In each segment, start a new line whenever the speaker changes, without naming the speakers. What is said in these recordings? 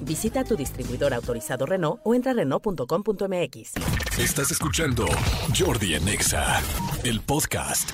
Visita tu distribuidor autorizado Renault o entra a Renault.com.mx.
Estás escuchando Jordi en Exa, el podcast.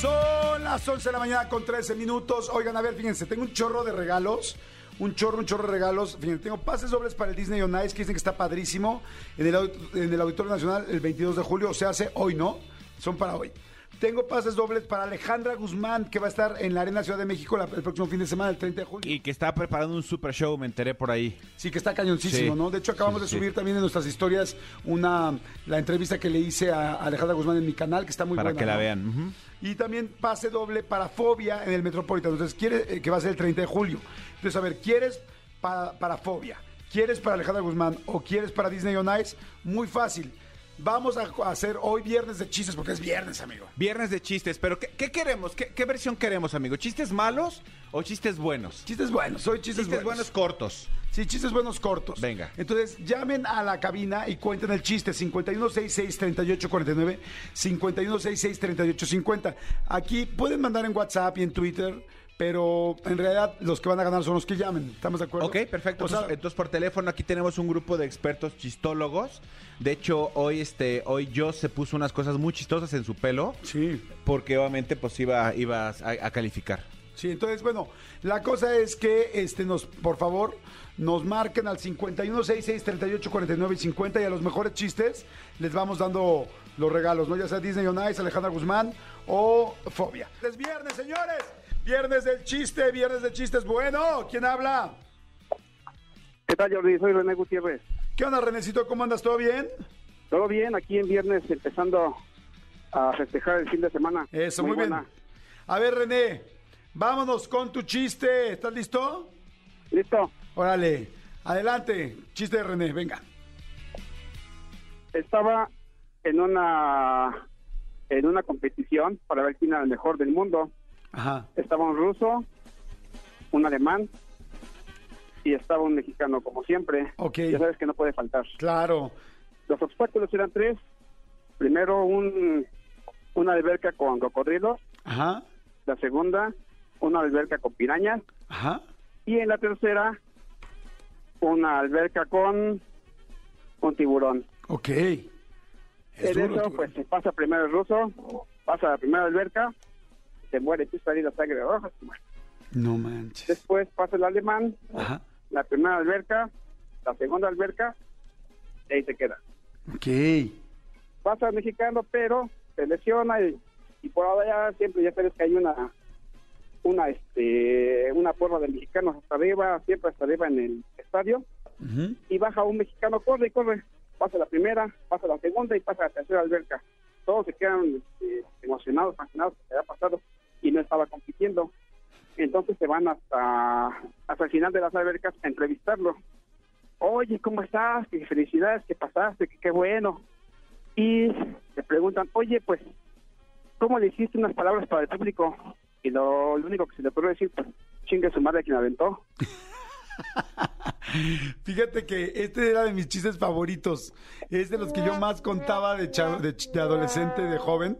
Son las 11 de la mañana con 13 minutos. Oigan, a ver, fíjense, tengo un chorro de regalos. Un chorro, un chorro de regalos. Fíjense, tengo pases dobles para el Disney on Ice, que dicen que está padrísimo. En el, aud- en el Auditorio Nacional el 22 de julio. Se hace hoy, ¿no? Son para hoy. Tengo pases dobles para Alejandra Guzmán, que va a estar en la Arena Ciudad de México la- el próximo fin de semana, el 30 de julio.
Y que está preparando un super show, me enteré por ahí.
Sí, que está cañoncísimo,
Sí.
¿no? De hecho, acabamos
Sí,
de
sí.
subir también en nuestras historias una la entrevista que le hice a Alejandra Guzmán en mi canal, que está muy
para
buena.
que la
¿no?
vean. Ujú.
Y también pase doble para Fobia en el Metropolitano. Entonces, quiere eh, que va a ser el 30 de julio. Entonces, a ver, ¿quieres para, para Fobia? ¿Quieres para Alejandra Guzmán? ¿O quieres para Disney on Ice? Muy fácil. Vamos a a hacer hoy viernes de chistes, porque es viernes, amigo.
Viernes de chistes, pero ¿qué, qué queremos? ¿Qué, qué versión queremos, amigo? ¿Chistes malos o chistes buenos?
Chistes buenos, hoy chistes,
Chistes buenos cortos.
Sí, chistes buenos cortos.
Venga.
Entonces, llamen a la cabina y cuenten el chiste. 5166-3849, 5166-3850. Aquí pueden mandar en WhatsApp y en Twitter, pero en realidad los que van a ganar son los que llamen. ¿Estamos de acuerdo?
Ok, perfecto.
O sea,
entonces, entonces, por teléfono aquí tenemos un grupo de expertos chistólogos. De hecho, hoy este, hoy yo se puso unas cosas muy chistosas en su pelo,
sí.
porque obviamente pues iba, iba a, a calificar.
Sí, entonces, bueno, la cosa es que, este, nos, por favor, nos marquen al 5166-3849 y 50 y a los mejores chistes les vamos dando los regalos, ¿no? Ya sea Disney on Ice, Alejandra Guzmán o Fobia. Es viernes, señores. Viernes del chiste, viernes del chistes. Bueno, ¿quién habla?
¿Qué tal, Jordi? Soy René Gutiérrez.
¿Qué onda, Renecito? ¿Cómo andas? ¿Todo bien?
¿Todo bien? Aquí en viernes empezando a festejar el fin de semana.
Eso, muy, bien.
buena.
A ver, René, vámonos con tu chiste. ¿Estás listo?
Listo.
Órale, adelante. Chiste de René, venga.
Estaba en una en una competición para ver quién era el mejor del mundo.
Ajá.
Estaba un ruso, un alemán y estaba un mexicano, como siempre.
Ok.
Ya sabes que no puede faltar.
Claro.
Los obstáculos eran tres. Primero, un, una alberca con cocodrilos.
Ajá,
La segunda, una alberca con pirañas.
ajá.
y en la tercera una alberca con un tiburón.
Ok. Es
en
duro,
eso
tiburón.
pues se pasa primero el ruso, pasa a la primera alberca, se muere, empieza a salir la sangre roja, se muere.
No manches.
Después pasa el alemán,
Ajá.
la primera alberca, la segunda alberca, y ahí se queda.
Ok.
Pasa el mexicano, pero se lesiona y, y por allá siempre ya sabes que hay una una este una porra de mexicanos hasta arriba, siempre hasta arriba en el estadio.
Ujú.
y baja un mexicano, corre y corre, pasa la primera, pasa la segunda y pasa la tercera alberca. Todos se quedan eh, emocionados, fascinados, que había pasado y no estaba compitiendo. Entonces se van hasta, hasta el final de las albercas a entrevistarlo. Oye, ¿cómo estás? Qué felicidades, que pasaste, que qué bueno. Y le preguntan, oye, pues, ¿cómo le hiciste unas palabras para el público? Y lo, lo único que se le ocurrió decir, pues, chingue su madre a quien aventó.
Fíjate que este era de mis chistes favoritos. Es de los que yo más contaba de, cha- de ch- de adolescente, de joven.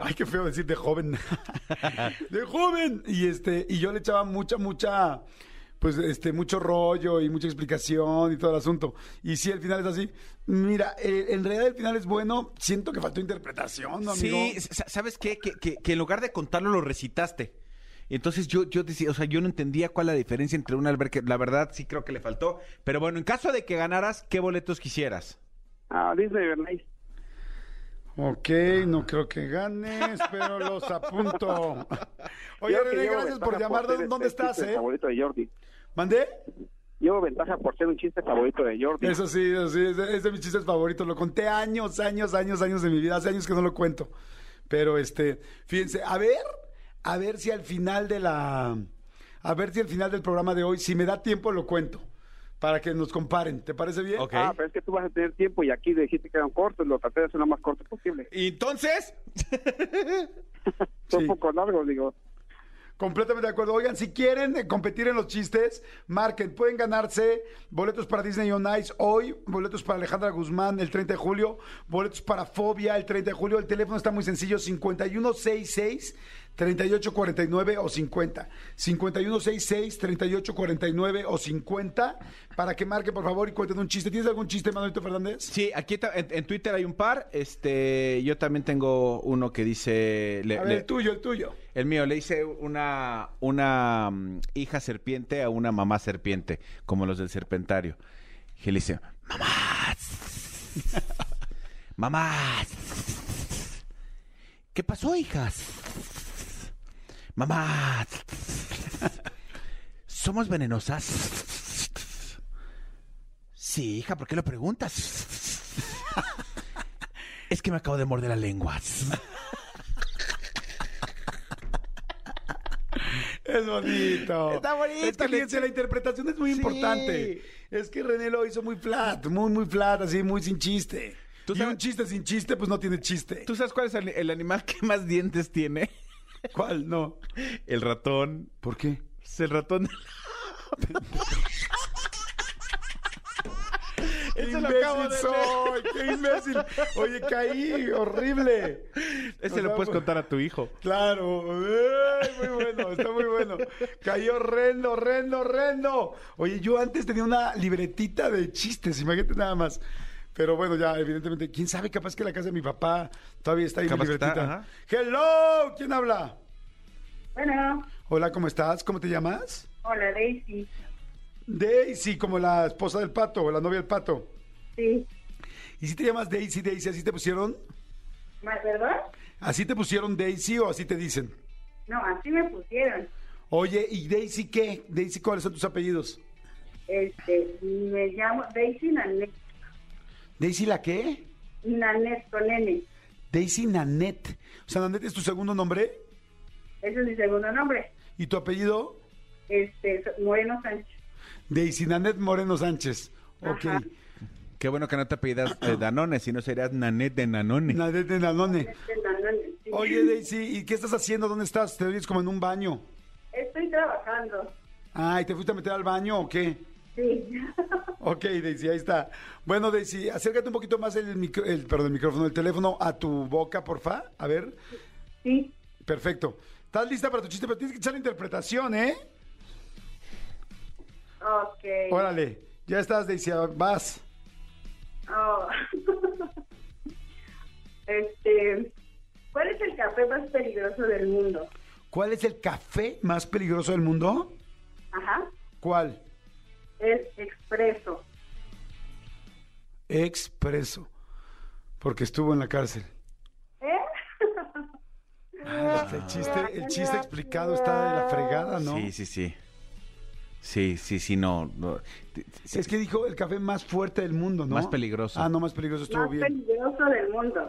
Ay, qué feo decir de joven. de joven. Y este, y yo le echaba mucha, mucha, pues, este, mucho rollo y mucha explicación y todo el asunto. Y sí, el final es así. Mira, eh, en realidad el final es bueno. Siento que faltó interpretación, ¿no, amigo.
Sí, sa- ¿sabes qué? Que, que- que en lugar de contarlo lo recitaste. Entonces yo, yo decía, o sea, yo no entendía cuál la diferencia entre un alberca. La verdad sí creo que le faltó. Pero bueno, en caso de que ganaras, ¿qué boletos quisieras?
Ah, Disney, Bernice.
Ok, no creo que ganes, pero los apunto. Oye,
Creo que
René,
llevo
gracias por
ventaja
llamar.
ser
¿Dónde dónde
este
estás,
chiste
eh?
favorito de Jordi.
¿Mandé?
Llevo ventaja por ser un chiste favorito de Jordi.
Eso sí, eso sí, es de, es de mis chistes favoritos. Lo conté años, años, años, años de mi vida. Hace años que no lo cuento. Pero este, fíjense, a ver, a ver si al final de la. A ver si al final del programa de hoy, si me da tiempo, lo cuento. para que nos comparen. ¿Te parece bien?
Ok.
Ah, pero es que tú vas a tener tiempo y aquí dijiste que eran cortos, lo traté de hacer lo más corto posible.
Y entonces,
Son
Sí.
un poco largos, digo.
Completamente de acuerdo. Oigan, si quieren eh, competir en los chistes, marquen. Pueden ganarse boletos para Disney on Ice hoy, boletos para Alejandra Guzmán el 30 de julio, boletos para Fobia el 30 de julio. El teléfono está muy sencillo, 5166. 3849 o 50. 5166 3849 o 50. Para que marquen, por favor, y cuenten un chiste. ¿Tienes algún chiste, Manuelito Fernández?
sí, aquí ta- en, en Twitter hay un par. Este, yo también tengo uno que dice. le-
A ver,
le-
el tuyo, el tuyo.
El mío, le hice una, una mm, hija serpiente a una mamá serpiente, como los del serpentario. Y le dice, mamá, mamá, ¿qué pasó, hijas? Mamá, ¿somos venenosas? Sí, hija, ¿por qué lo preguntas? Es que me acabo de morder la lengua.
Es bonito.
Está bonito.
Es que fíjense, la interpretación es muy
Sí.
importante. Es que René lo hizo muy flat, muy, muy flat, así, muy sin chiste.
¿Tú
y
sabes-
un chiste sin chiste, pues no tiene chiste.
¿Tú sabes cuál es el, el animal que más dientes tiene?
¿Cuál? No.
El ratón.
¿Por qué?
Es el ratón.
¡Qué
Eso lo
imbécil
acabo de
soy! ¡Qué imbécil! Oye, caí, horrible.
Ese
O sea,
lo puedes contar a tu hijo.
Claro, ¡Ey! muy bueno, está muy bueno. Cayó horrendo, horrendo, horrendo. Oye, yo antes tenía una libretita de chistes, imagínate nada más. Pero bueno, ya, evidentemente, quién sabe, capaz que la casa de mi papá todavía está ahí mi
Capaz que está,
libretita.
ajá.
¡Hello! ¿Quién habla?
Bueno,
Hola, ¿cómo estás? ¿Cómo te llamas?
hola Daisy.
Daisy, como la esposa del pato o la novia del pato.
Sí,
¿Y si te llamas Daisy, Daisy, así te pusieron?
¿más verdad?
¿Así te pusieron Daisy o así te dicen?
No, así me pusieron.
Oye, ¿y Daisy qué? Daisy, ¿cuáles son tus apellidos?
Este, me llamo Daisy Nanet,
¿Daisy la qué?
Nanet con N.
Daisy Nanette. O sea, Nanette es tu segundo nombre
Ese es mi segundo nombre.
y tu apellido
Este, so- Moreno Sánchez.
Daisy Nanette Moreno Sánchez. Ok.
Ajá.
Qué bueno que no te apellidas
Ah.
eh, Danone, si no serías Nanet de Nanone.
Nanette Nanone.
Este, Nanone, sí.
Oye, Daisy, ¿y qué estás haciendo? ¿Dónde estás? Te oyes como en un baño.
Estoy trabajando.
Ay, ¿te fuiste a meter al baño o qué?
Sí.
Ok, Daisy, ahí está. Bueno, Daisy, acércate un poquito más el, micro- el- perdón, el micrófono, el teléfono a tu boca, porfa. A ver,
sí.
perfecto. ¿Estás lista para tu chiste? Pero tienes que echar la interpretación, ¿eh?
Ok.
Órale, ya estás, Daisy, vas.
Oh. este, ¿cuál es el café más peligroso del mundo?
¿Cuál es el café más peligroso del mundo?
Ajá.
¿Cuál?
El expreso.
expreso, porque estuvo en la cárcel.
¿Eh?
Ah, el, chiste, el chiste explicado está de la fregada, ¿no?
Sí, sí, sí. Sí, sí, sí, no. no. T- t-
Es que dijo el café más fuerte del mundo, ¿no?
Más peligroso.
Ah, no, más peligroso estuvo
Más
bien.
peligroso del mundo.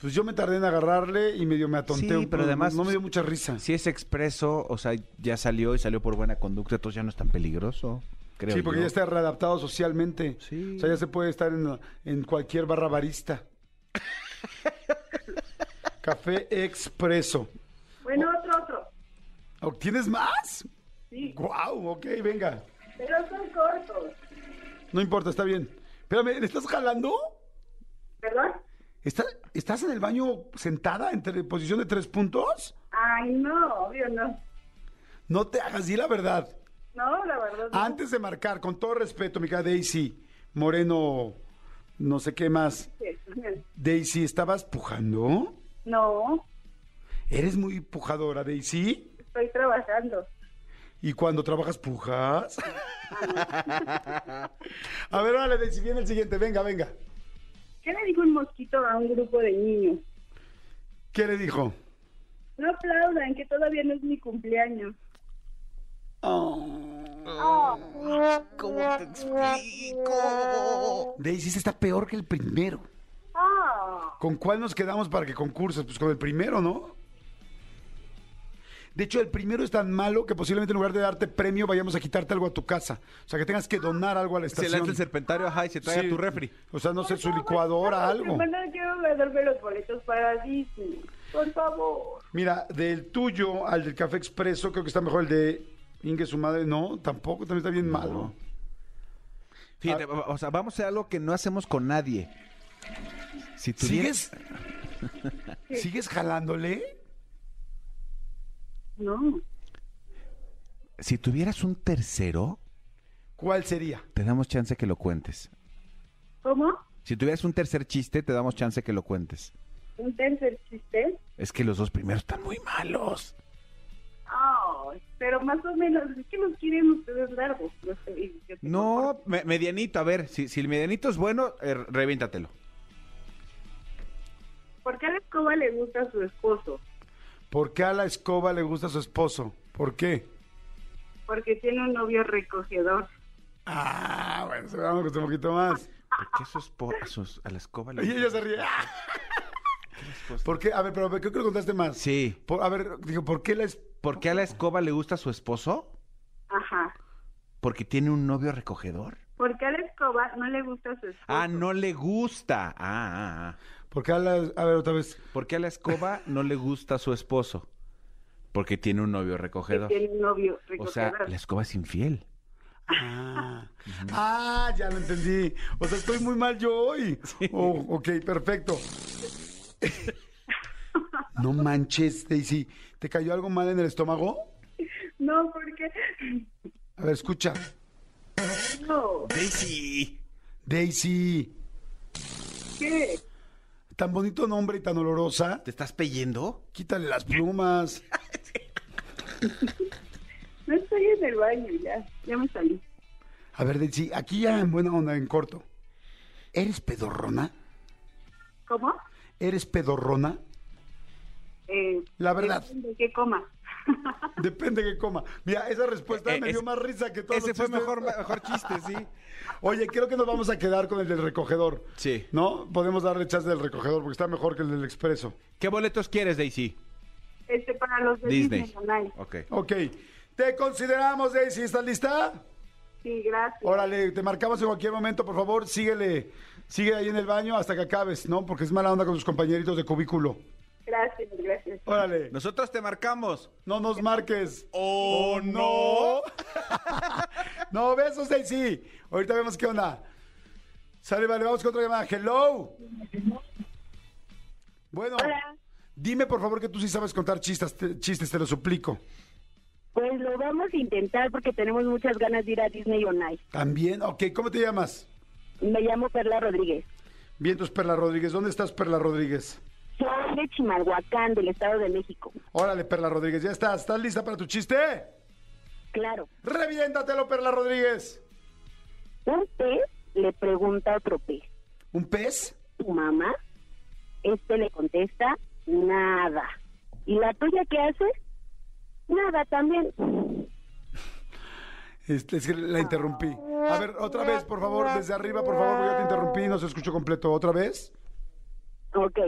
Pues yo me tardé en agarrarle y medio me atonté.
Sí, pero
No,
además-
No me dio mucha risa.
Si es expreso, o sea, ya salió y salió por buena conducta, entonces ya no es tan peligroso. Creo
Sí, porque
yo.
ya está readaptado socialmente.
Sí.
O sea, ya se puede estar en, en cualquier barra barista. café expreso.
Bueno, otro, otro.
Oh, ¿Tienes más?
Sí,
¡Guau! ok, venga.
pero son cortos.
No importa, está bien. Espérame, ¿le estás jalando?
¿Perdón?
¿Está- ¿Estás en el baño sentada en tre- posición de tres puntos?
Ay, no, obvio no.
No te hagas, di la verdad.
No, la verdad no.
Antes de marcar, con todo respeto, mi cara Daisy, Moreno, no sé qué más. Daisy, ¿estabas pujando?
No,
Eres muy pujadora, Daisy.
estoy trabajando.
¿Y cuando trabajas, pujas? A ver, vale, Daisy, viene el siguiente. Venga, venga.
¿Qué le dijo un mosquito a un grupo de niños?
¿Qué le dijo?
No aplaudan, que todavía no es mi cumpleaños.
Daisy, este está peor que el primero.
Ah,
¿Con cuál nos quedamos para que concurses? Pues con el primero, ¿no? De hecho, el primero es tan malo que posiblemente en lugar de darte premio vayamos a quitarte algo a tu casa. O sea, que tengas que donar algo a la
Se
estación.
lanza el serpentario, ajá, y se trae
Sí.
a tu refri.
O sea, no sé, su
Por favor,
licuadora,
por favor,
algo.
Primero quiero ganarme los boletos para Disney. Por favor.
Mira, del tuyo al del Café Expreso, creo que está mejor el de Inge, su madre. No, tampoco, también está bien malo.
Fíjate, va- o sea, vamos a hacer algo que no hacemos con nadie. Si tuvieras-
¿Sigues? ¿Sigues jalándole?
No.
si tuvieras un tercero,
¿Cuál sería?
te damos chance que lo cuentes.
¿Cómo?
Si tuvieras un tercer chiste, te damos chance que lo cuentes.
¿Un tercer chiste?
Es que los dos primeros están muy malos.
Ay, pero más o menos, es que nos quieren ustedes largos. No, sé, y yo tengo corto.
No, me- medianito, a ver, si, si el medianito es bueno, eh, reviéntatelo.
¿Por qué a la escoba le gusta a su esposo?
¿Por qué a la escoba le gusta a su esposo? ¿Por qué?
Porque tiene un novio recogedor.
Ah, bueno, se vamos con un poquito más.
¿Por qué sus po- a sus- a la escoba le
Y ella
gusta?
se ríe. Ah, ¿Por qué? A ver, pero creo que lo contaste más.
Sí.
Por- a ver, digo, ¿por qué la es...
¿Por qué a la escoba le gusta su esposo?
Ajá.
Porque tiene un novio recogedor.
¿Por qué a la escoba no le gusta a su esposo?
Ah, no le gusta. Ah, ah, ah.
¿Por qué a la... A ver, otra vez.
¿Por qué a la escoba no le gusta su esposo? Porque tiene un novio
Que
recogedor.
tiene un novio
O sea,
recogedor.
la escoba es infiel.
Ah. Ah, ya lo entendí. O sea, estoy muy mal yo hoy. Oh, ok, perfecto. No manches, Daisy. ¿Te cayó algo mal en el estómago?
No, porque...
A ver, escucha.
No,
¡Daisy!
Daisy,
¿qué?
tan bonito nombre y tan olorosa.
¿Te estás peyendo?
Quítale las plumas.
No estoy en el baño ya. Ya me salí.
A ver, Daisy, aquí ya en buena onda, en corto. ¿Eres pedorrona?
¿Cómo?
¿Eres pedorrona?
Eh,
La verdad.
depende ¿Qué coma?
Depende que coma. Mira, esa respuesta
Eh,
me
es-
dio más risa que todo.
Ese fue mejor, mejor chiste, sí.
Oye, creo que nos vamos a quedar con el del recogedor.
Sí.
¿No? Podemos darle chance del recogedor porque está mejor que el del expreso.
¿Qué boletos quieres, Daisy?
Este, para los de Disney.
Disney.
Canal.
Ok.
Ok. Te consideramos, Daisy. ¿Estás lista?
Sí, gracias.
Órale, te marcamos en cualquier momento, por favor, síguele. Sigue ahí en el baño hasta que acabes, ¿no? Porque es mala onda con tus compañeritos de cubículo.
Gracias, gracias.
Órale.
Nosotros te marcamos.
No nos marques.
¿O
No, besos, Daisy. Ahorita vemos qué onda. Sale, vale, vamos con otra llamada. Hello. Bueno,
Hola.
dime por favor que tú sí sabes contar chistes, te, chistes, te lo suplico.
Pues lo vamos a intentar porque tenemos muchas ganas de ir a Disney On Ice.
También, ok, ¿cómo te llamas?
Me llamo Perla Rodríguez.
Bien, tú es Perla Rodríguez. ¿Dónde estás, Perla Rodríguez?
Soy de Chimalhuacán, del Estado de México.
Órale, Perla Rodríguez, ya estás. ¿Estás lista para tu chiste?
Claro.
Reviéntatelo, Perla Rodríguez.
Un pez le pregunta a otro pez,
¿Un pez?
¿tu mamá? Este le contesta, nada. ¿Y la tuya qué hace? Nada también.
Este, es que la interrumpí. A ver, otra vez, por favor, desde arriba, por favor, porque ya te interrumpí, no se escuchó completo. ¿Otra vez?
Ok.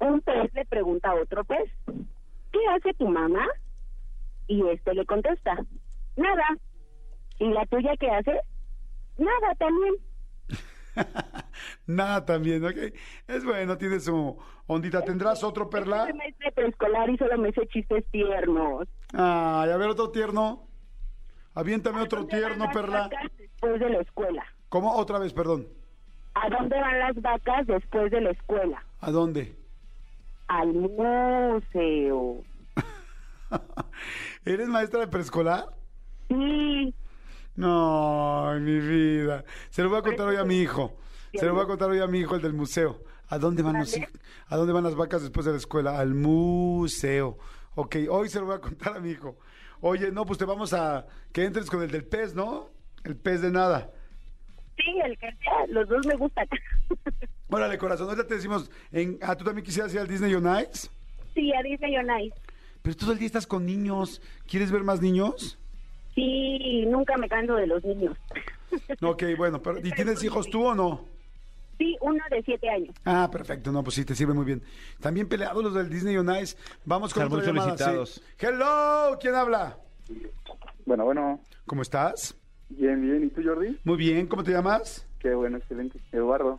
Un pez le pregunta a otro pez, ¿qué hace tu mamá? Y este le contesta, nada. ¿Y la tuya qué hace? Nada también.
Nada también, ¿ok? Es bueno, tiene su ondita. ¿Tendrás otro, Perla?
Soy maestra de preescolar y solo me sé chistes tiernos.
Ay, a ver, otro tierno. Aviéntame otro tierno, Perla.
Después de la escuela.
¿Cómo? Otra vez, perdón.
¿A dónde van las vacas después de la escuela?
¿A dónde?
Al museo.
¿Eres maestra de preescolar?
Sí,
No, ay, mi vida. Se lo voy a contar hoy a mi hijo. Se lo voy a contar hoy a mi hijo, el del museo. ¿A dónde van, los, hij- ¿A dónde van las vacas después de la escuela? Al museo. Ok, hoy se lo voy a contar a mi hijo. Oye, no, pues te vamos a... Que entres con el del pez, ¿no? El pez de nada.
sí, el que sea. Los dos me gustan.
Órale, corazón, ahorita te decimos... En... Ah, ¿tú también quisieras ir al Disney on Ice?
sí, a Disney on Ice.
Pero todo el día estás con niños. ¿Quieres ver más niños?
Sí, nunca me canso de los niños.
Ok, bueno, pero... ¿y tienes hijos tú o no?
Sí, uno de siete años.
Ah, perfecto. No, pues sí, te sirve muy bien. También peleados los del Disney on Ice. Vamos con
Están
otra
muy
llamada, sí.
solicitados.
Hello, ¿quién habla?
Bueno, bueno,
¿Cómo estás?
bien, bien. ¿Y tú, Jordi?
Muy bien, ¿cómo te llamas?
Qué bueno, excelente. Eduardo.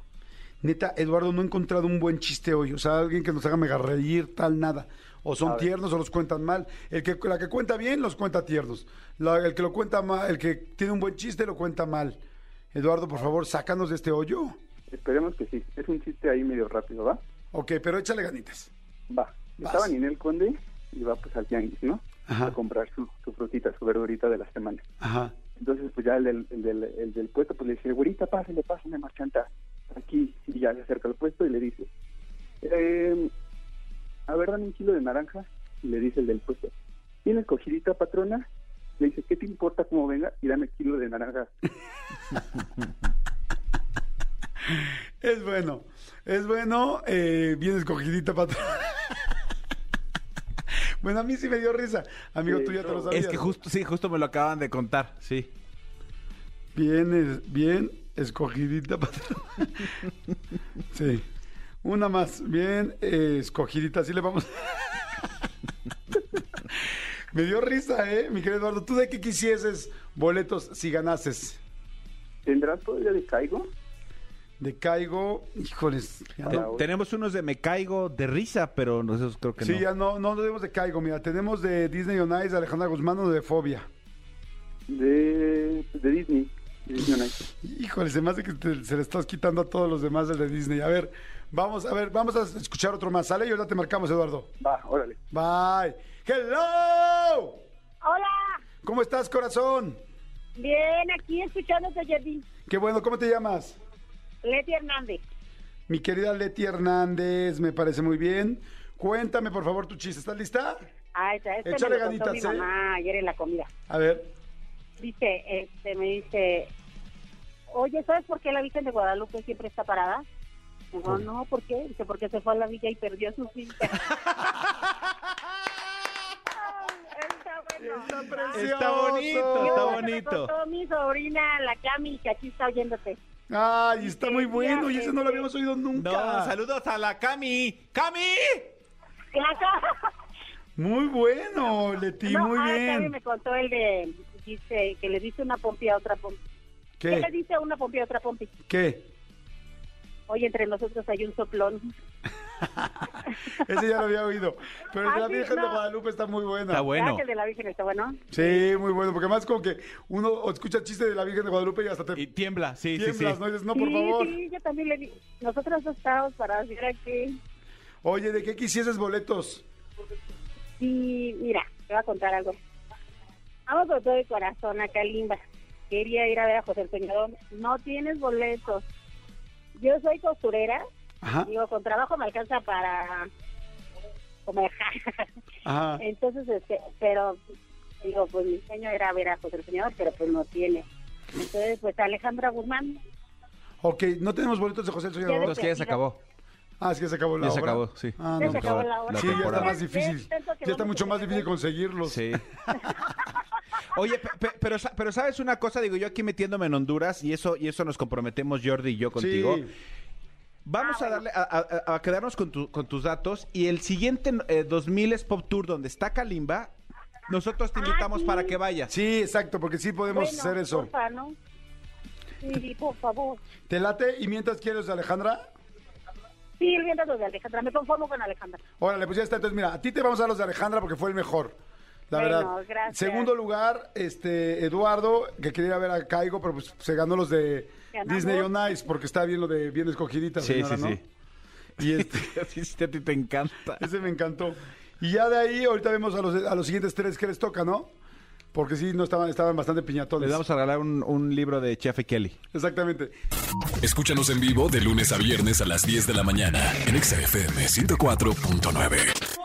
Neta, Eduardo, no he encontrado un buen chiste hoy. O sea, alguien que nos haga mega reír, tal, nada. O son tiernos o los cuentan mal. El que, la que cuenta bien los cuenta tiernos. La- el que lo cuenta mal, el que tiene un buen chiste lo cuenta mal. Eduardo, por favor, sácanos de este hoyo.
Esperemos que sí. Es un chiste ahí medio rápido, ¿va?
Ok, pero échale ganitas.
Va.
Vas.
Estaba Ninel Conde y va pues al tianguis, ¿no?
Ajá.
A comprar su, su frutita, su verdurita de la semana.
Ajá.
Entonces, pues ya el del, el del, el del puesto, pues le dice, güerita, pásale, pásale, marchanta, aquí. Y ya se acerca al puesto y le dice, "Eh, a ver, dame un kilo de naranja. Y le dice el del puesto, ¿tienes cogidita, patrona? Le dice, ¿qué te importa cómo venga? Y dame kilo de naranja.
Es bueno. Es bueno. eh, bien escogidita para Bueno, a mí sí me dio risa. Amigo,
Sí,
tú ya te lo
no.
sabías.
Es que justo, sí, justo me lo acaban de contar, sí.
Bien, es- bien escogidita para Sí. Una más, bien eh, escogidita, así le vamos. Me dio risa, ¿eh? Mi querido Eduardo, ¿tú de qué quisieses boletos si ganases?
¿Tendrás todavía de caigo?
De Caigo, híjoles. ya
Te-
no.
tenemos unos de me caigo de risa, pero no, esos creo que
Sí,
no.
ya no, no tenemos de Caigo, mira, tenemos de Disney on Ice, de Alejandra Guzmán o de Fobia.
De, de Disney. de Disney on Ice.
Híjole, se me hace que te- se le estás quitando a todos los demás del de Disney. A ver, vamos, a ver, vamos a escuchar otro más, ¿sale? Y ahora te marcamos, Eduardo.
Va, órale.
Bye. Hello.
Hola,
¿Cómo estás, corazón?
bien, aquí escuchándote, Jordi.
Qué bueno, ¿cómo te llamas?
Leti Hernández.
Mi querida Leti Hernández, me parece muy bien. Cuéntame, por favor, tu chiste. ¿Estás lista?
Ah, esta, este
Échale
me lo contó
ganitas,
mi
¿eh?
mamá ayer en la comida.
A ver.
Dice, este, me dice, oye, ¿sabes por qué la Virgen de Guadalupe siempre está parada? Digo, no, ¿por qué? Dice, porque se fue a la villa y perdió su finca. Ay, está bueno.
Está
Está bonito,
Ay,
está
yo se lo
bonito.
contó mi sobrina, la Cami, que aquí está oyéndote.
Ay, está muy bueno y ese no lo habíamos oído
No,
nunca.
saludos a la Cami. ¡Cami!
Claro.
Muy bueno, Leti,
No,
muy
ah, también
bien.
me contó el de, dice, que le dice una pompi a otra pompi. ¿Qué, le
¿Qué?
dice una pompi a otra pompi?
¿Qué?
Oye, entre nosotros hay un soplón.
Ese ya lo había oído. Pero el de
Ah,
la
sí,
Virgen de
no.
Guadalupe está muy buena.
Está bueno.
Ah, que el de la Virgen está bueno.
Sí, muy bueno. Porque más como que uno escucha chiste de la Virgen de Guadalupe y hasta te
Y tiembla, sí,
tiemblas,
sí, sí.
¿no? Y dices, no, por favor.
Sí, yo también le di. Nosotros dos estábamos para ver aquí.
Oye, ¿de qué quisieses boletos?
Sí, mira, te voy a contar algo. Vamos con todo el corazón acá, Limba. Quería ir a ver a José el Peñador. No tienes boletos. Yo soy costurera.
Ajá.
Digo, con trabajo me alcanza para comer.
Ajá.
Entonces, este, pero digo, pues mi sueño era ver a José el Peñador, pero pues no tiene. Entonces, pues Alejandra Guzmán.
Ok, no tenemos boletos de José el Soñador.
Ya
Entonces que ya se acabó.
Ah, es que se acabó la
Ya se
obra.
acabó, sí.
Ah,
Ya
no.
se acabó la hora.
La
sí, ya está
temporada.
más difícil.
Ves, tanto que
Ya está
vamos
mucho
a
más
tener
difícil
que-
conseguirlos.
Sí. Oye, pe- pe- pero, sa- pero sabes una cosa, digo, yo aquí metiéndome en Honduras y eso, y eso nos comprometemos Jordi y yo contigo.
Sí.
Vamos a darle a, a- a quedarnos con, tu- con tus datos y el siguiente eh, 2000 es Pop Tour donde está Kalimba. Nosotros te invitamos para que vayas.
Sí, exacto, porque sí podemos
Bueno,
hacer eso.
porfa, ¿no? Sí, por favor.
¿Te late? ¿Y mientras quieres, Alejandra?
Sí, el viento de Alejandra. Me conformo con Alejandra.
Órale, pues ya está. Entonces, mira, a ti te vamos a dar los de Alejandra porque fue el mejor. La
Bueno,
verdad.
gracias.
Segundo lugar, este Eduardo, que quería ir a ver a Caigo, pero pues se ganó los de
Ganamos.
Disney on Ice, porque está bien lo de bien escogidita, señora, ¿no? Y este,
sí, sí, a ti te encanta.
Ese me encantó. Y ya de ahí, ahorita vemos a los, a los siguientes tres que les toca, ¿no? Porque sí, no estaban, estaban bastante piñatones.
Les vamos a regalar un, un libro de Chef Kelly.
Exactamente.
Escúchanos en vivo de lunes a viernes a las 10 de la mañana en Exa FM 104.9.